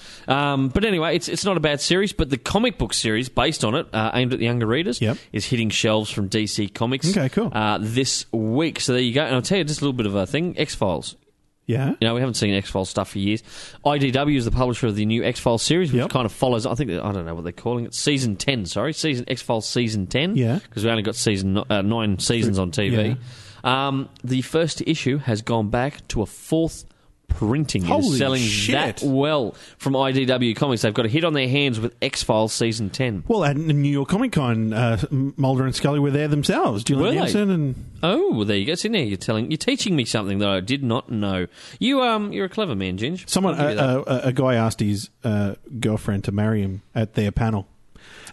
Um, but anyway, it's it's not a bad series. But the comic book series based on it, uh, aimed at the younger readers,
Yep.
is hitting shelves from DC Comics.
Okay, cool.
Uh, this week, so there you go. And I'll tell you just a little bit of a thing. X Files.
yeah.
You know, we haven't seen X Files stuff for years. IDW is the publisher of the new X Files series, which
Yep.
kind of follows. I think I don't know what they're calling it. Season ten, sorry, season X Files season ten.
Yeah.
because we only got season no- uh, nine seasons on TV. Um, the first issue has gone back to a fourth printing. It is
Holy
selling
shit.
that well from IDW Comics. They've got a hit on their hands with X Files season ten.
Well, at New York Comic Con, uh, Mulder and Scully were there themselves. Julian
Were they?
Anderson and
Oh, well, there you go. It's in there. You're telling, you're teaching me something that I did not know. You, um, you're a clever man, Ginge.
Someone, uh,
I'll give you that.
a, a, a guy asked his uh, girlfriend to marry him at their panel,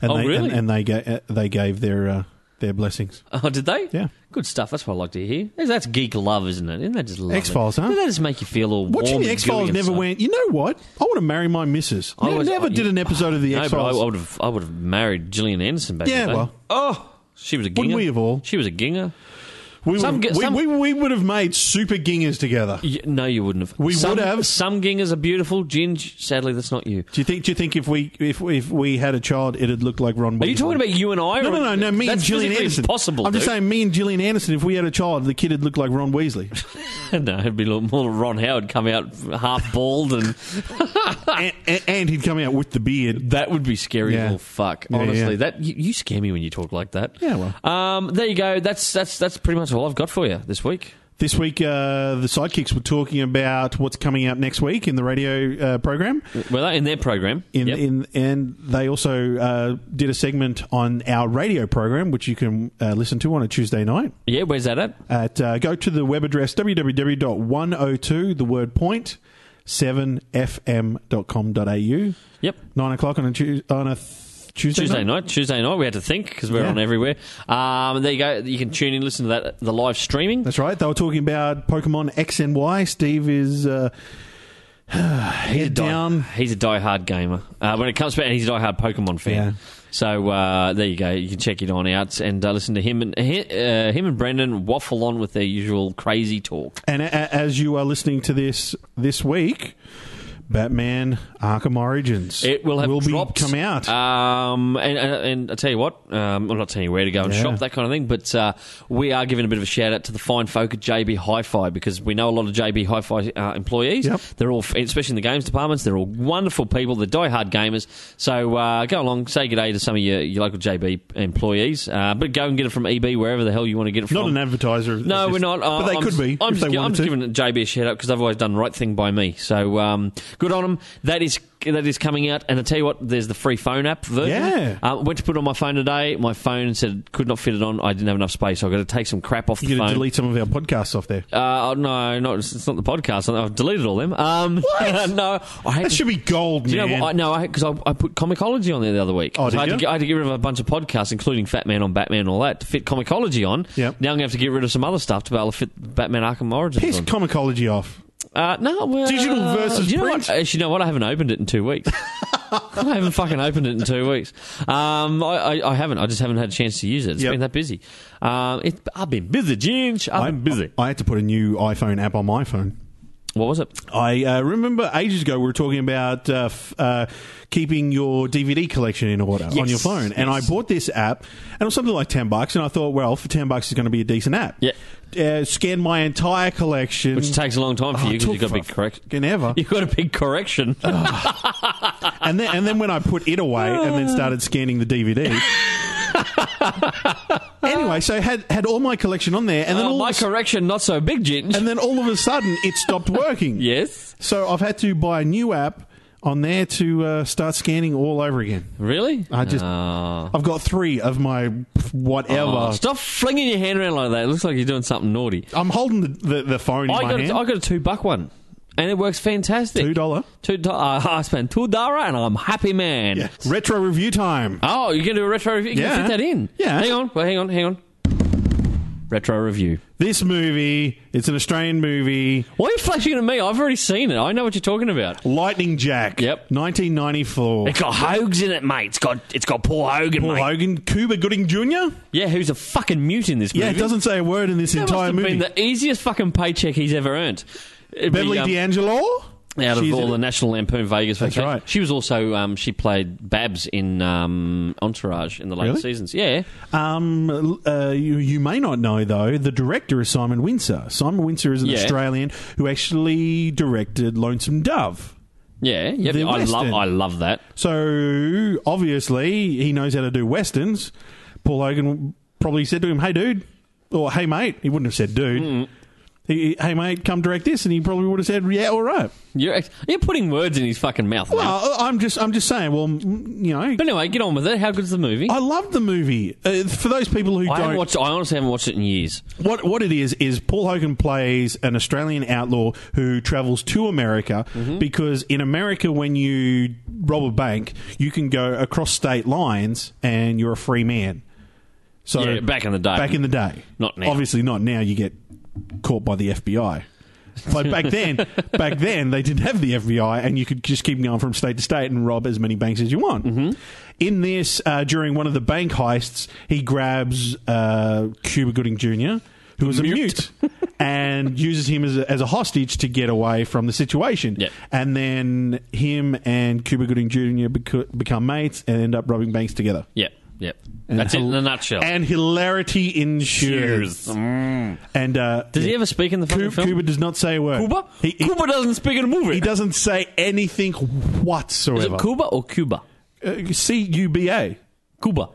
and
Oh,
they
really?
and, and they ga- uh, they gave their uh, their blessings.
Oh, did they?
Yeah.
Good stuff. That's what I like to hear. That's- That's geek love, isn't it? Isn't that just love?
X-Files,
it?
huh?
Doesn't that just make you feel all
Watching
warm
the
and
X Files
gooey
never
inside?
went. You know what? I want to marry my missus.
I
I
always-
never
I-
did an episode of the
No,
X
but I,
Files.
I would have. I would have married Gillian Anderson back in
Yeah,
the day.
well.
oh, she was a ginger.
Wouldn't we have all?
She was a ginger.
we,
some
would,
get- some-
we, we, we would have made super gingers together.
Y- no, you wouldn't have.
We
some,
would have.
Some gingers are beautiful. Ginge, sadly, that's not you.
Do you think? Do you think if we if if we had a child, it'd look like Ron?
Are you talking about you and I?
No,
or-
no, no, no. Me
that's
and Gillian
physically
Anderson.
Impossible.
I'm just
dude.
saying, me and Gillian Anderson. If we had a child, the kid would look like Ron Weasley.
no, it'd be a little more Ron Howard come out half bald, and
and, and, and he'd come out with the beard.
that would be scary as
Yeah.
all fuck.
Yeah,
Honestly,
yeah.
that you, you scare me when you talk like that.
Yeah, well.
Um, there you go. That's that's that's pretty much all I've got for you this week.
This week, uh, the sidekicks were talking about what's coming out next week in the radio uh, program,
Well, in their program,
in,
Yep.
in, and they also uh, did a segment on our radio program, which you can uh, listen to on a Tuesday night.
yeah, where's that at?
At uh, go to the web address www.102 the word point seven fm.com.au.
Yep.
Nine o'clock on a Tues on a th- Tuesday,
Tuesday night, Tuesday night, we had to think because we're
Yeah.
on everywhere. Um, there you go. You can tune in, listen to that the live streaming.
That's right. They were talking about Pokemon X and Y. Steve is uh,
He's a
head
die-
down.
He's a diehard gamer. Uh, when it comes back, he's a diehard Pokemon fan.
Yeah.
So uh, there you go. You can check it on out and uh, listen to him and he, uh, him and Brendan waffle on with their usual crazy talk.
And a- a- as you are listening to this this week, Batman Arkham Origins
It will have
be
dropped.
come out.
Um, and, and, and I tell you what, um, I'm not telling you where to go and
Yeah.
shop, that kind of thing, but uh, we are giving a bit of a shout out to the fine folk at JB Hi Fi because we know a lot of JB Hi Fi uh, employees.
Yep.
They're all, especially in the games departments, they're all wonderful people. They're diehard gamers. So uh, go along, say good day to some of your, your local JB employees, uh, but go and get it from EB, wherever the hell you want to get it from.
not an advertiser.
No, we're
It's just-
not. Uh,
but they
I'm
could
just-
be.
I'm
if
just,
they
I'm
wanted
just
to.
giving JB a shout out because they've always done the right thing by me. So um, Good on them. That is that is coming out. And I tell you what, there's the free phone app version.
Yeah.
Uh, went to put it on my phone today. My phone said could not fit it on. I didn't have enough space. So I got to take some crap off the
You're going
phone.
to delete some of our podcasts off there.
Uh, oh, no, not it's not the podcast. I've deleted all them. Um,
What?
no, I hate
That
to-
should be gold,
do you
man.
know what? I, no, because I, I, put Comicology on there the other week.
Oh, did
So I, had
you?
To, get- I had to get rid of a bunch of podcasts, including Fat Man on Batman and all that, to fit Comicology on.
Yep.
Now I'm going to have to get rid of some other stuff to be able to fit Batman Arkham Origins
Piss
on.
comicology off.
Uh, no, well,
Digital versus
you know
print.
What? Actually, you know what? I haven't opened it in two weeks. I haven't fucking opened it in two weeks. Um, I, I, I haven't. I just haven't had a chance to use it. It's
Yep.
been that busy. Um, it, I've been busy, Ginge. I've been busy.
I had to put a new iPhone app on my phone.
What was it?
I uh, remember ages ago we were talking about uh, f- uh, keeping your DVD collection in order on
Yes,
your phone, and I
yes.
bought this app, and it was something like ten bucks, and I thought, well, for ten bucks, it's going to be a decent app.
Yeah.
uh, scanned my entire collection,
Which takes a long time for
Oh,
you
it
because
took
you've got a big
for-
correction.
fucking ever.
You've got a big correction.
and then and then when I put it away, and
Ah.
then started scanning the DVD. anyway, so had had all my collection on there, and then
Oh,
all
my
of a s-
correction, not so big, Ginge.
and then all of a sudden it stopped working.
yes.
So I've had to buy a new app on there to uh, start scanning all over again.
Really?
I just-
Oh.
I've got three of my whatever.
Oh, stop flinging your hand around like that. It looks like you're doing something naughty.
I'm holding the, the, the phone in
I
my
got,
hand.
a, I got a two buck one, and it works fantastic.
Two dollar.
Two do- uh, I spent two dollar, and I'm happy man.
Yeah. Retro review time.
Oh, you can do a retro review. You
Yeah.
can fit that in.
Yeah.
Hang on. Well, hang on. Hang on. Retro review.
This movie, it's an Australian movie,
Why are you flashing at me? I've already seen it. I know what you're talking about.
Lightning Jack.
Yep.
1994.
It's got Hogs in it, mate. It's got it's got Paul Hogan,
Paul
mate.
Hogan, Cuba Gooding Jr.
Yeah, who's a fucking mute in this movie?
Yeah, it doesn't say a word in this
That must
entire
have
movie.
been the easiest fucking paycheck he's ever earned. It'd be,
Beverly
um,
D'Angelo.
out of
She's
all
in
the
it.
National Lampoon Vegas. That's
right.
She was also um, she played Babs in um, Entourage in the later
Really?
seasons. Yeah.
Um, uh, you, you may not know though, the director is Simon Windsor. Simon Windsor is an
Yeah.
Australian who actually directed Lonesome Dove.
Yeah. Yep. I
The
love
Western.
I love that.
So obviously he knows how to do westerns. Paul Hogan probably said to him, "Hey, dude," or "Hey, mate." He wouldn't have said, "Dude."
Hmm.
He, "Hey, mate, come direct this," and he probably would have said, "Yeah, all right."
You're ex- you're putting words in his fucking mouth. mate.
Well, I'm just, I'm just saying. Well, mm, you know,
but anyway, get on with it. How good's the movie?
I love the movie. Uh, for those people who
I
don't,
haven't watched. I honestly haven't watched it in years.
What what it is is Paul Hogan plays an Australian outlaw who travels to America
Mm-hmm.
because in America when you rob a bank you can go across state lines and you're a free man. So
Yeah, back in the day.
back in the day,
Not now.
Obviously, not now. You get caught by the FBI. But back then, back then they didn't have the FBI, and you could just keep going from state to state and rob as many banks as you want.
Mm-hmm.
In this, uh, during one of the bank heists, he grabs uh, Cuba Gooding Jr., who is a mute, and uses him as a, as a hostage to get away from the situation.
Yep.
And then him and Cuba Gooding Jr. Beco- become mates and end up robbing banks together.
Yeah. Yeah. That's it in a nutshell.
And hilarity ensues.
Cheers. Mm.
And uh,
Does
yeah,
he ever speak in the fucking
Cu-
film?
Cuba does not say a word.
Cuba?
He, he-
Cuba doesn't speak in the movie.
he doesn't say anything
Is it
whatsoever. Uh,
Cuba or Cuba?
C U B A.
Cuba.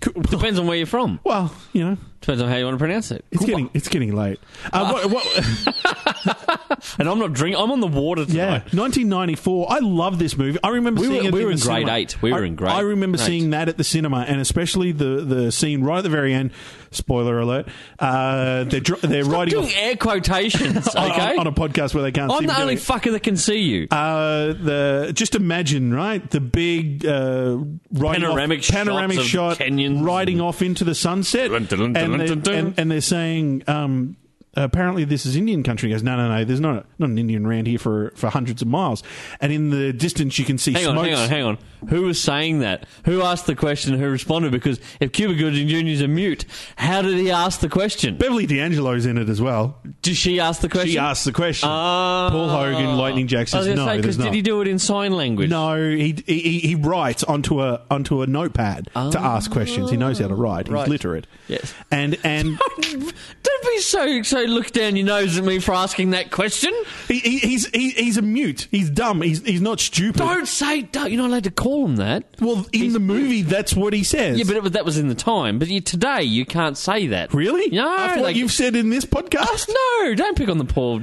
Depends on where you're from.
Well, you know,
Depends on how you want to pronounce it.
it's
Cuba.
getting it's getting late.
Ah.
Uh, what, what,
And I'm not drinking. I'm on the water
yeah,
tonight.
1994. I love this movie. I remember
We were-
seeing it
we
in
were
the
in grade
cinema.
eight. We were
I-
in grade
I remember
eight.
seeing that at the cinema, and especially the the scene right at the very end. Spoiler alert! Uh, they're dr- they're riding
Doing
off
air quotations, okay?
on, on a podcast where they can't. see
I'm
them
the
doing
only
it.
fucker that can see you.
Uh, the just imagine right the big uh, riding
Panoramic
off, panoramic
shots of
shot
canyons
riding off into the sunset,
Dun, dun, dun,
and,
dun,
they,
dun, dun.
and, and they're saying. Um, Apparently, this is Indian country. He goes, no, no, no. There's not not an Indian around here for, for hundreds of miles. And in the distance, you can see
hang on,
smokes.
hang on, hang on. Who was saying that? Who asked the question? Who responded? Because if Cuba Gooding Jr. is a mute, how did he ask the question?
Beverly D'Angelo's in it as well.
Did she ask the question?
She asks the question.
Ah.
Paul Hogan, Lightning Jack
I was
says,
gonna
no,
say, 'cause
there's not.
did he do it in sign language?
No, he, he he writes onto a onto a notepad to ask questions. He knows how to write.
Ah. Right.
He's literate.
Yes.
and and
Don't be so so. Look down your nose at me for asking that question.
he, he, he's he, he's a mute. He's dumb. He's he's not stupid.
Don't say. Don't, you're not allowed to call him that.
well, in the movie, that's what he says.
Yeah, but it, was- that was in the time. But you, today you can't say that.
really,
No.
After what
like-
you've said in this podcast,
No, don't pick on the poor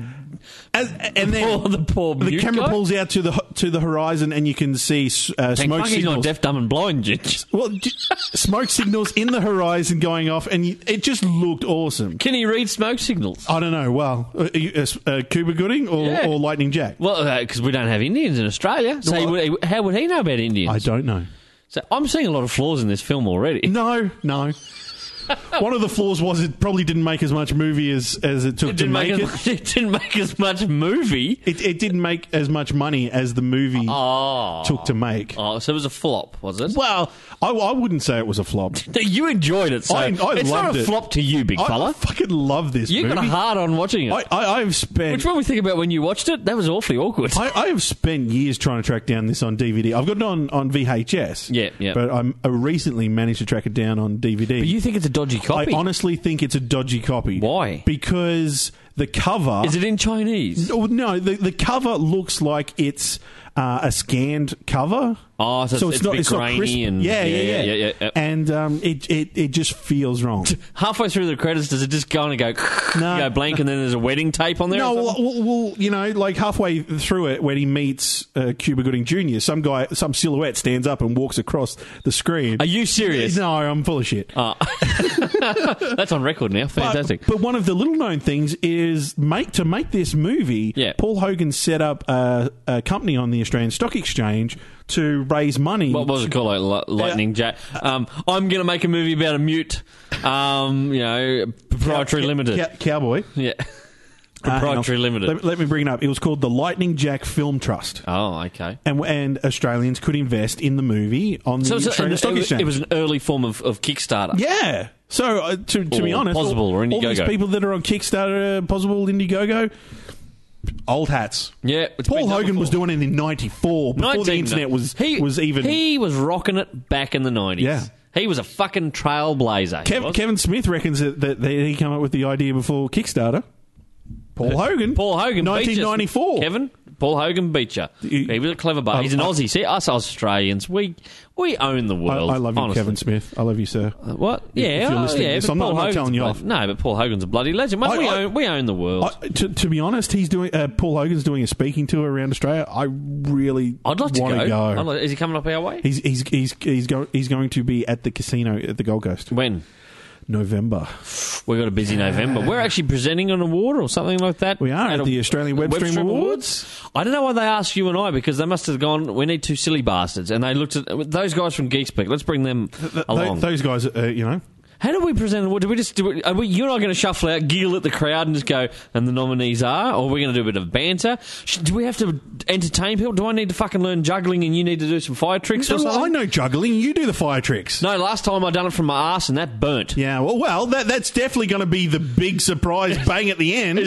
As, and then
Poor- the poor
the
mute
camera
guy?
pulls out to the to the horizon, and you can see uh,
Thank fuck
smoke
he's not
signals.
deaf, dumb, and blind, Jitch.
well, j- smoke signals in the horizon going off, and you, it just looked awesome.
Can he read smoke signals?
I don't know. Well, uh, you- uh, s- uh, Cuba Gooding or,
Yeah.
or Lightning Jack?
Well, because we don't have Indians in Australia, so he
Well-
would, he would- how would he know about Indians?
I don't know.
so I'm seeing a lot of flaws in this film already.
No, no. One of the flaws was it probably didn't make as much movie as, as it took to
Didn't
make,
make,
it.
as, it didn't make as much movie.
it. It didn't make as much money as the movie
Oh,
took to make.
oh, so it was a flop, was it?
Well, I, I wouldn't say it was a flop.
You enjoyed it, so
I- I
it's not
loved
a
it.
flop to you, big
I, I
fella.
fucking love this
You
movie.
got a hard on watching it.
I, I, I've
Which
spent.
one we think about when you watched it? That was awfully awkward.
I, I have spent years trying to track down this on DVD. I've got it on, on VHS.
Yeah, yeah.
But I'm, I recently managed to track it down on DVD.
but you think it's a dodgy
I
copy?
honestly think it's a dodgy copy.
Why?
Because the cover.
Is it in Chinese?
Oh, no, the, the cover looks like it's uh, a scanned cover.
Oh, so, it's, it's a bit grainy and
yeah, yeah, yeah,
yeah, yeah, yeah.
And um, it, it it just feels wrong.
Halfway through the credits, does it just go on and go,
No.
go blank, and then there's a wedding tape on there?
no,
or
well,
something?
well, well, you know, like halfway through it, when he meets uh, Cuba Gooding Jr., some guy, some silhouette stands up and walks across the screen.
are you serious?
no, I'm full of shit.
Ah. That's on record now. Fantastic.
But, but one of the little known things is make to make this movie,
Yeah.
Paul Hogan set up a, a company on the Australian Stock Exchange to raise money.
what was it called? Like Li- Lightning Jack. Um, I'm going to make a movie about a mute, um, you know, proprietary
Cow-
limited.
Cow- Cowboy.
Yeah.
Uh, Ah, hang on.
proprietary limited.
Let, let me bring it up. It was called the Lightning Jack Film Trust.
oh, okay.
And, and Australians could invest in the movie on the
So, so
Australian
it,
Stock
it was,
Exchange.
it was an early form of, of Kickstarter.
yeah. So, uh, to, to be
Or
honest,
Possible
all,
or
all these
Indiegogo.
people that are on Kickstarter, uh, Possible, Indiegogo, old hats.
Yeah, it's been
Paul
done
Hogan was
before.
doing it in '94 before the
19
internet was
he,
was even.
He was rocking it back in the nineties.
Yeah.
he was a fucking trailblazer. he
Kev,
was.
Kevin Smith reckons that, that they- he came up with the idea before Kickstarter. Paul Hogan,
Paul Hogan, beat ya.
1994.
Kevin, Paul Hogan beat you.
You-
He was a clever bugger. He's an
I-
Aussie. See, us Australians, we we own the
I,
world.
I love you,
honestly.
Kevin Smith. I love you, sir.
Uh, What? Yeah,
if you're
oh,
listening to
yeah,
this,
but
I'm not-
Paul
I'm not
Hogan's
telling you
a
off.
bloody- No, but Paul Hogan's a bloody legend. Mate,
I-
we
I-
own we own the world.
I, to, to be honest, he's doing uh, Paul Hogan's doing a speaking tour around Australia. I really
I'd like to
want
go. I'd like- is he coming up our way?
he's he's he's he's, go, he's going to be at the casino at the Gold Coast
when?
November.
We've got a busy November. We're actually presenting an award or something like that.
We are at
a-
the Australian Webstream
Webstream
Awards.
I don't know why they asked you and I because they must have gone. We need two silly bastards, and they looked at those guys from Geekspeak. Let's bring them along.
Th- those guys, uh, you know,
How do we present an award? Do we just do? It, are we, you and I going to shuffle out, giggle at the crowd, and just go? And the nominees are, or we're going to do a bit of banter? Sh- Do we have to entertain people? Do I need to fucking learn juggling, and you need to do some fire tricks or
I
something?
know juggling. You do the fire tricks.
No, last time I done it from my ass, and that burnt.
Yeah, well, well, that that's definitely going to be the big surprise bang at the end.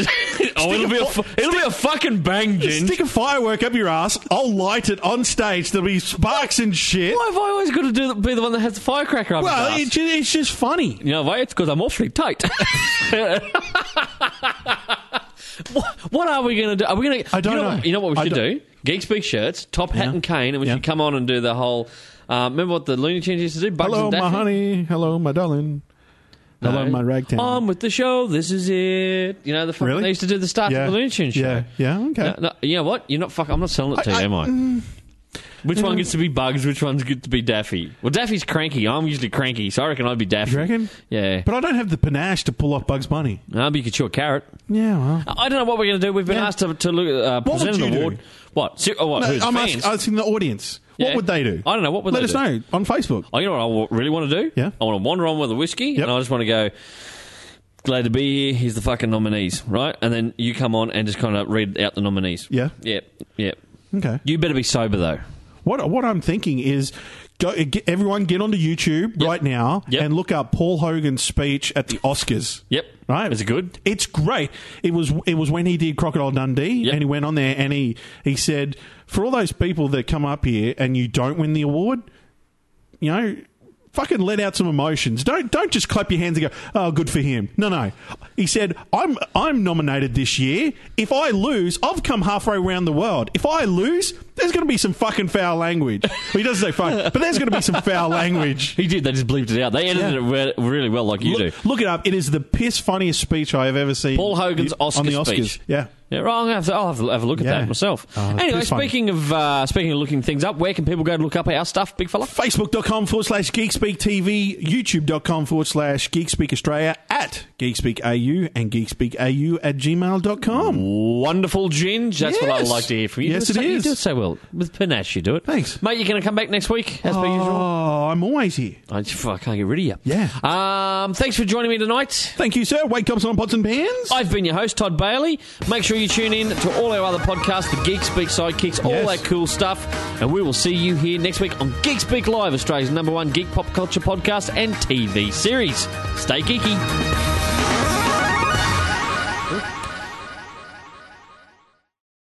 oh, it'll be a fu- it'll be a fucking bang, Jen.
Stick a firework up your ass. I'll light it on stage. There'll be sparks and shit.
Why have I always got to do, be the one that has the firecracker up
Well,
his
it's
ass?
just, it's just funny.
You know why? It's because I'm awfully tight. what, what are we going to do? Are we going to?
I don't
you know.
know.
What, you know what we
I
should
don't-
do? Geek Speak shirts, top hat
Yeah.
and cane, and we
Yeah.
should come on and do the whole. Uh, remember what the Looney Tunes used to do? Bugs
Hello,
and
my
Daffy?
honey. Hello, my darling.
No. Oh,
Hello, my ragtag.
On with the show. This is it. You know the fucking
Really?
they used to do the start
yeah,
of the Looney Tunes show.
yeah, yeah. Okay.
No, no, you know what? You're not fuck. I'm not selling it to
I- mm.
you, am I? Which one gets to be Bugs? Which one's good to be Daffy? Well, Daffy's cranky. I'm usually cranky, so I reckon I'd be Daffy.
You reckone?
Yeah.
But I don't have the panache to pull off Bugs Bunny.
No, but you could chew a carrot.
Yeah, well.
I don't know what we're going to do. We've been
Yeah.
asked to, to look, uh,
What
present
would
an
you
award.
do?
What? Se- oh, what?
No,
Who's
Uh, I'm
fans?
asking, asking the audience.
Yeah.
What would they do?
I don't know. What would
Let
they
us
do?
know on Facebook.
Oh, you know what? I wa- really want to do.
Yeah.
I want to wander on with a whiskey, and I just want to go. Glad to be here. Here's the fucking nominees, right? And then you come on and just kind of read out the nominees.
Yeah.
Yep. Yep.
Okay.
You better be sober though.
What what I'm thinking is, go, get, everyone get onto YouTube right now
Yep.
and look up Paul Hogan's speech at the Oscars.
Yep.
Right?
Is it good?
It's great. It was it was when he did Crocodile Dundee
Yep.
and he went on there and he he said, for all those people that come up here and you don't win the award, you know. Fucking let out some emotions. Don't don't just clap your hands and go, "Oh, good for him." No, no. He said, "I'm I'm nominated this year. If I lose, I've come halfway around the world. If I lose, there's going to be some fucking foul language." Well, he doesn't say fuck, but there's going to be some foul language.
He did. They just bleeped it out. They edited
Yeah.
it re- really well, like you do.
Look, look it up. It is the piss funniest speech I have ever seen.
Paul Hogan's
on
Oscar
the Oscars.
speech.
Yeah,
Yeah, right, I'll have, to, I'll have to have a look at
Yeah.
that myself.
Oh, it's
anyway,
too funny.
speaking of uh, speaking of looking things up, where can people go to look up our stuff, big fella?
Facebook.com forward slash Geekspeak TV, YouTube.com forward slash Geekspeak Australia, at Geekspeak AU, and GeekspeakAU at gmail.com.
Wonderful, Ginge. That's what I
Yes.
like to hear from you.
Yes,
you do
it
so- You
is.
do it so well. With panache, you do it.
Thanks.
Mate, you're going to come back next week, as per usual.
Oh, I'm always here.
I, just- I can't get rid of you.
Yeah.
Um, thanks for joining me tonight.
Thank you, sir. Wake up, on pots and pans.
I've been your host, Todd Bailey. Make sure you tune in to all our other podcasts, the Geek Speak Sidekicks, all
Yes.
that cool stuff. And we will see you here next week on Geek Speak Live, Australia's number one geek pop culture podcast and TV series. Stay geeky.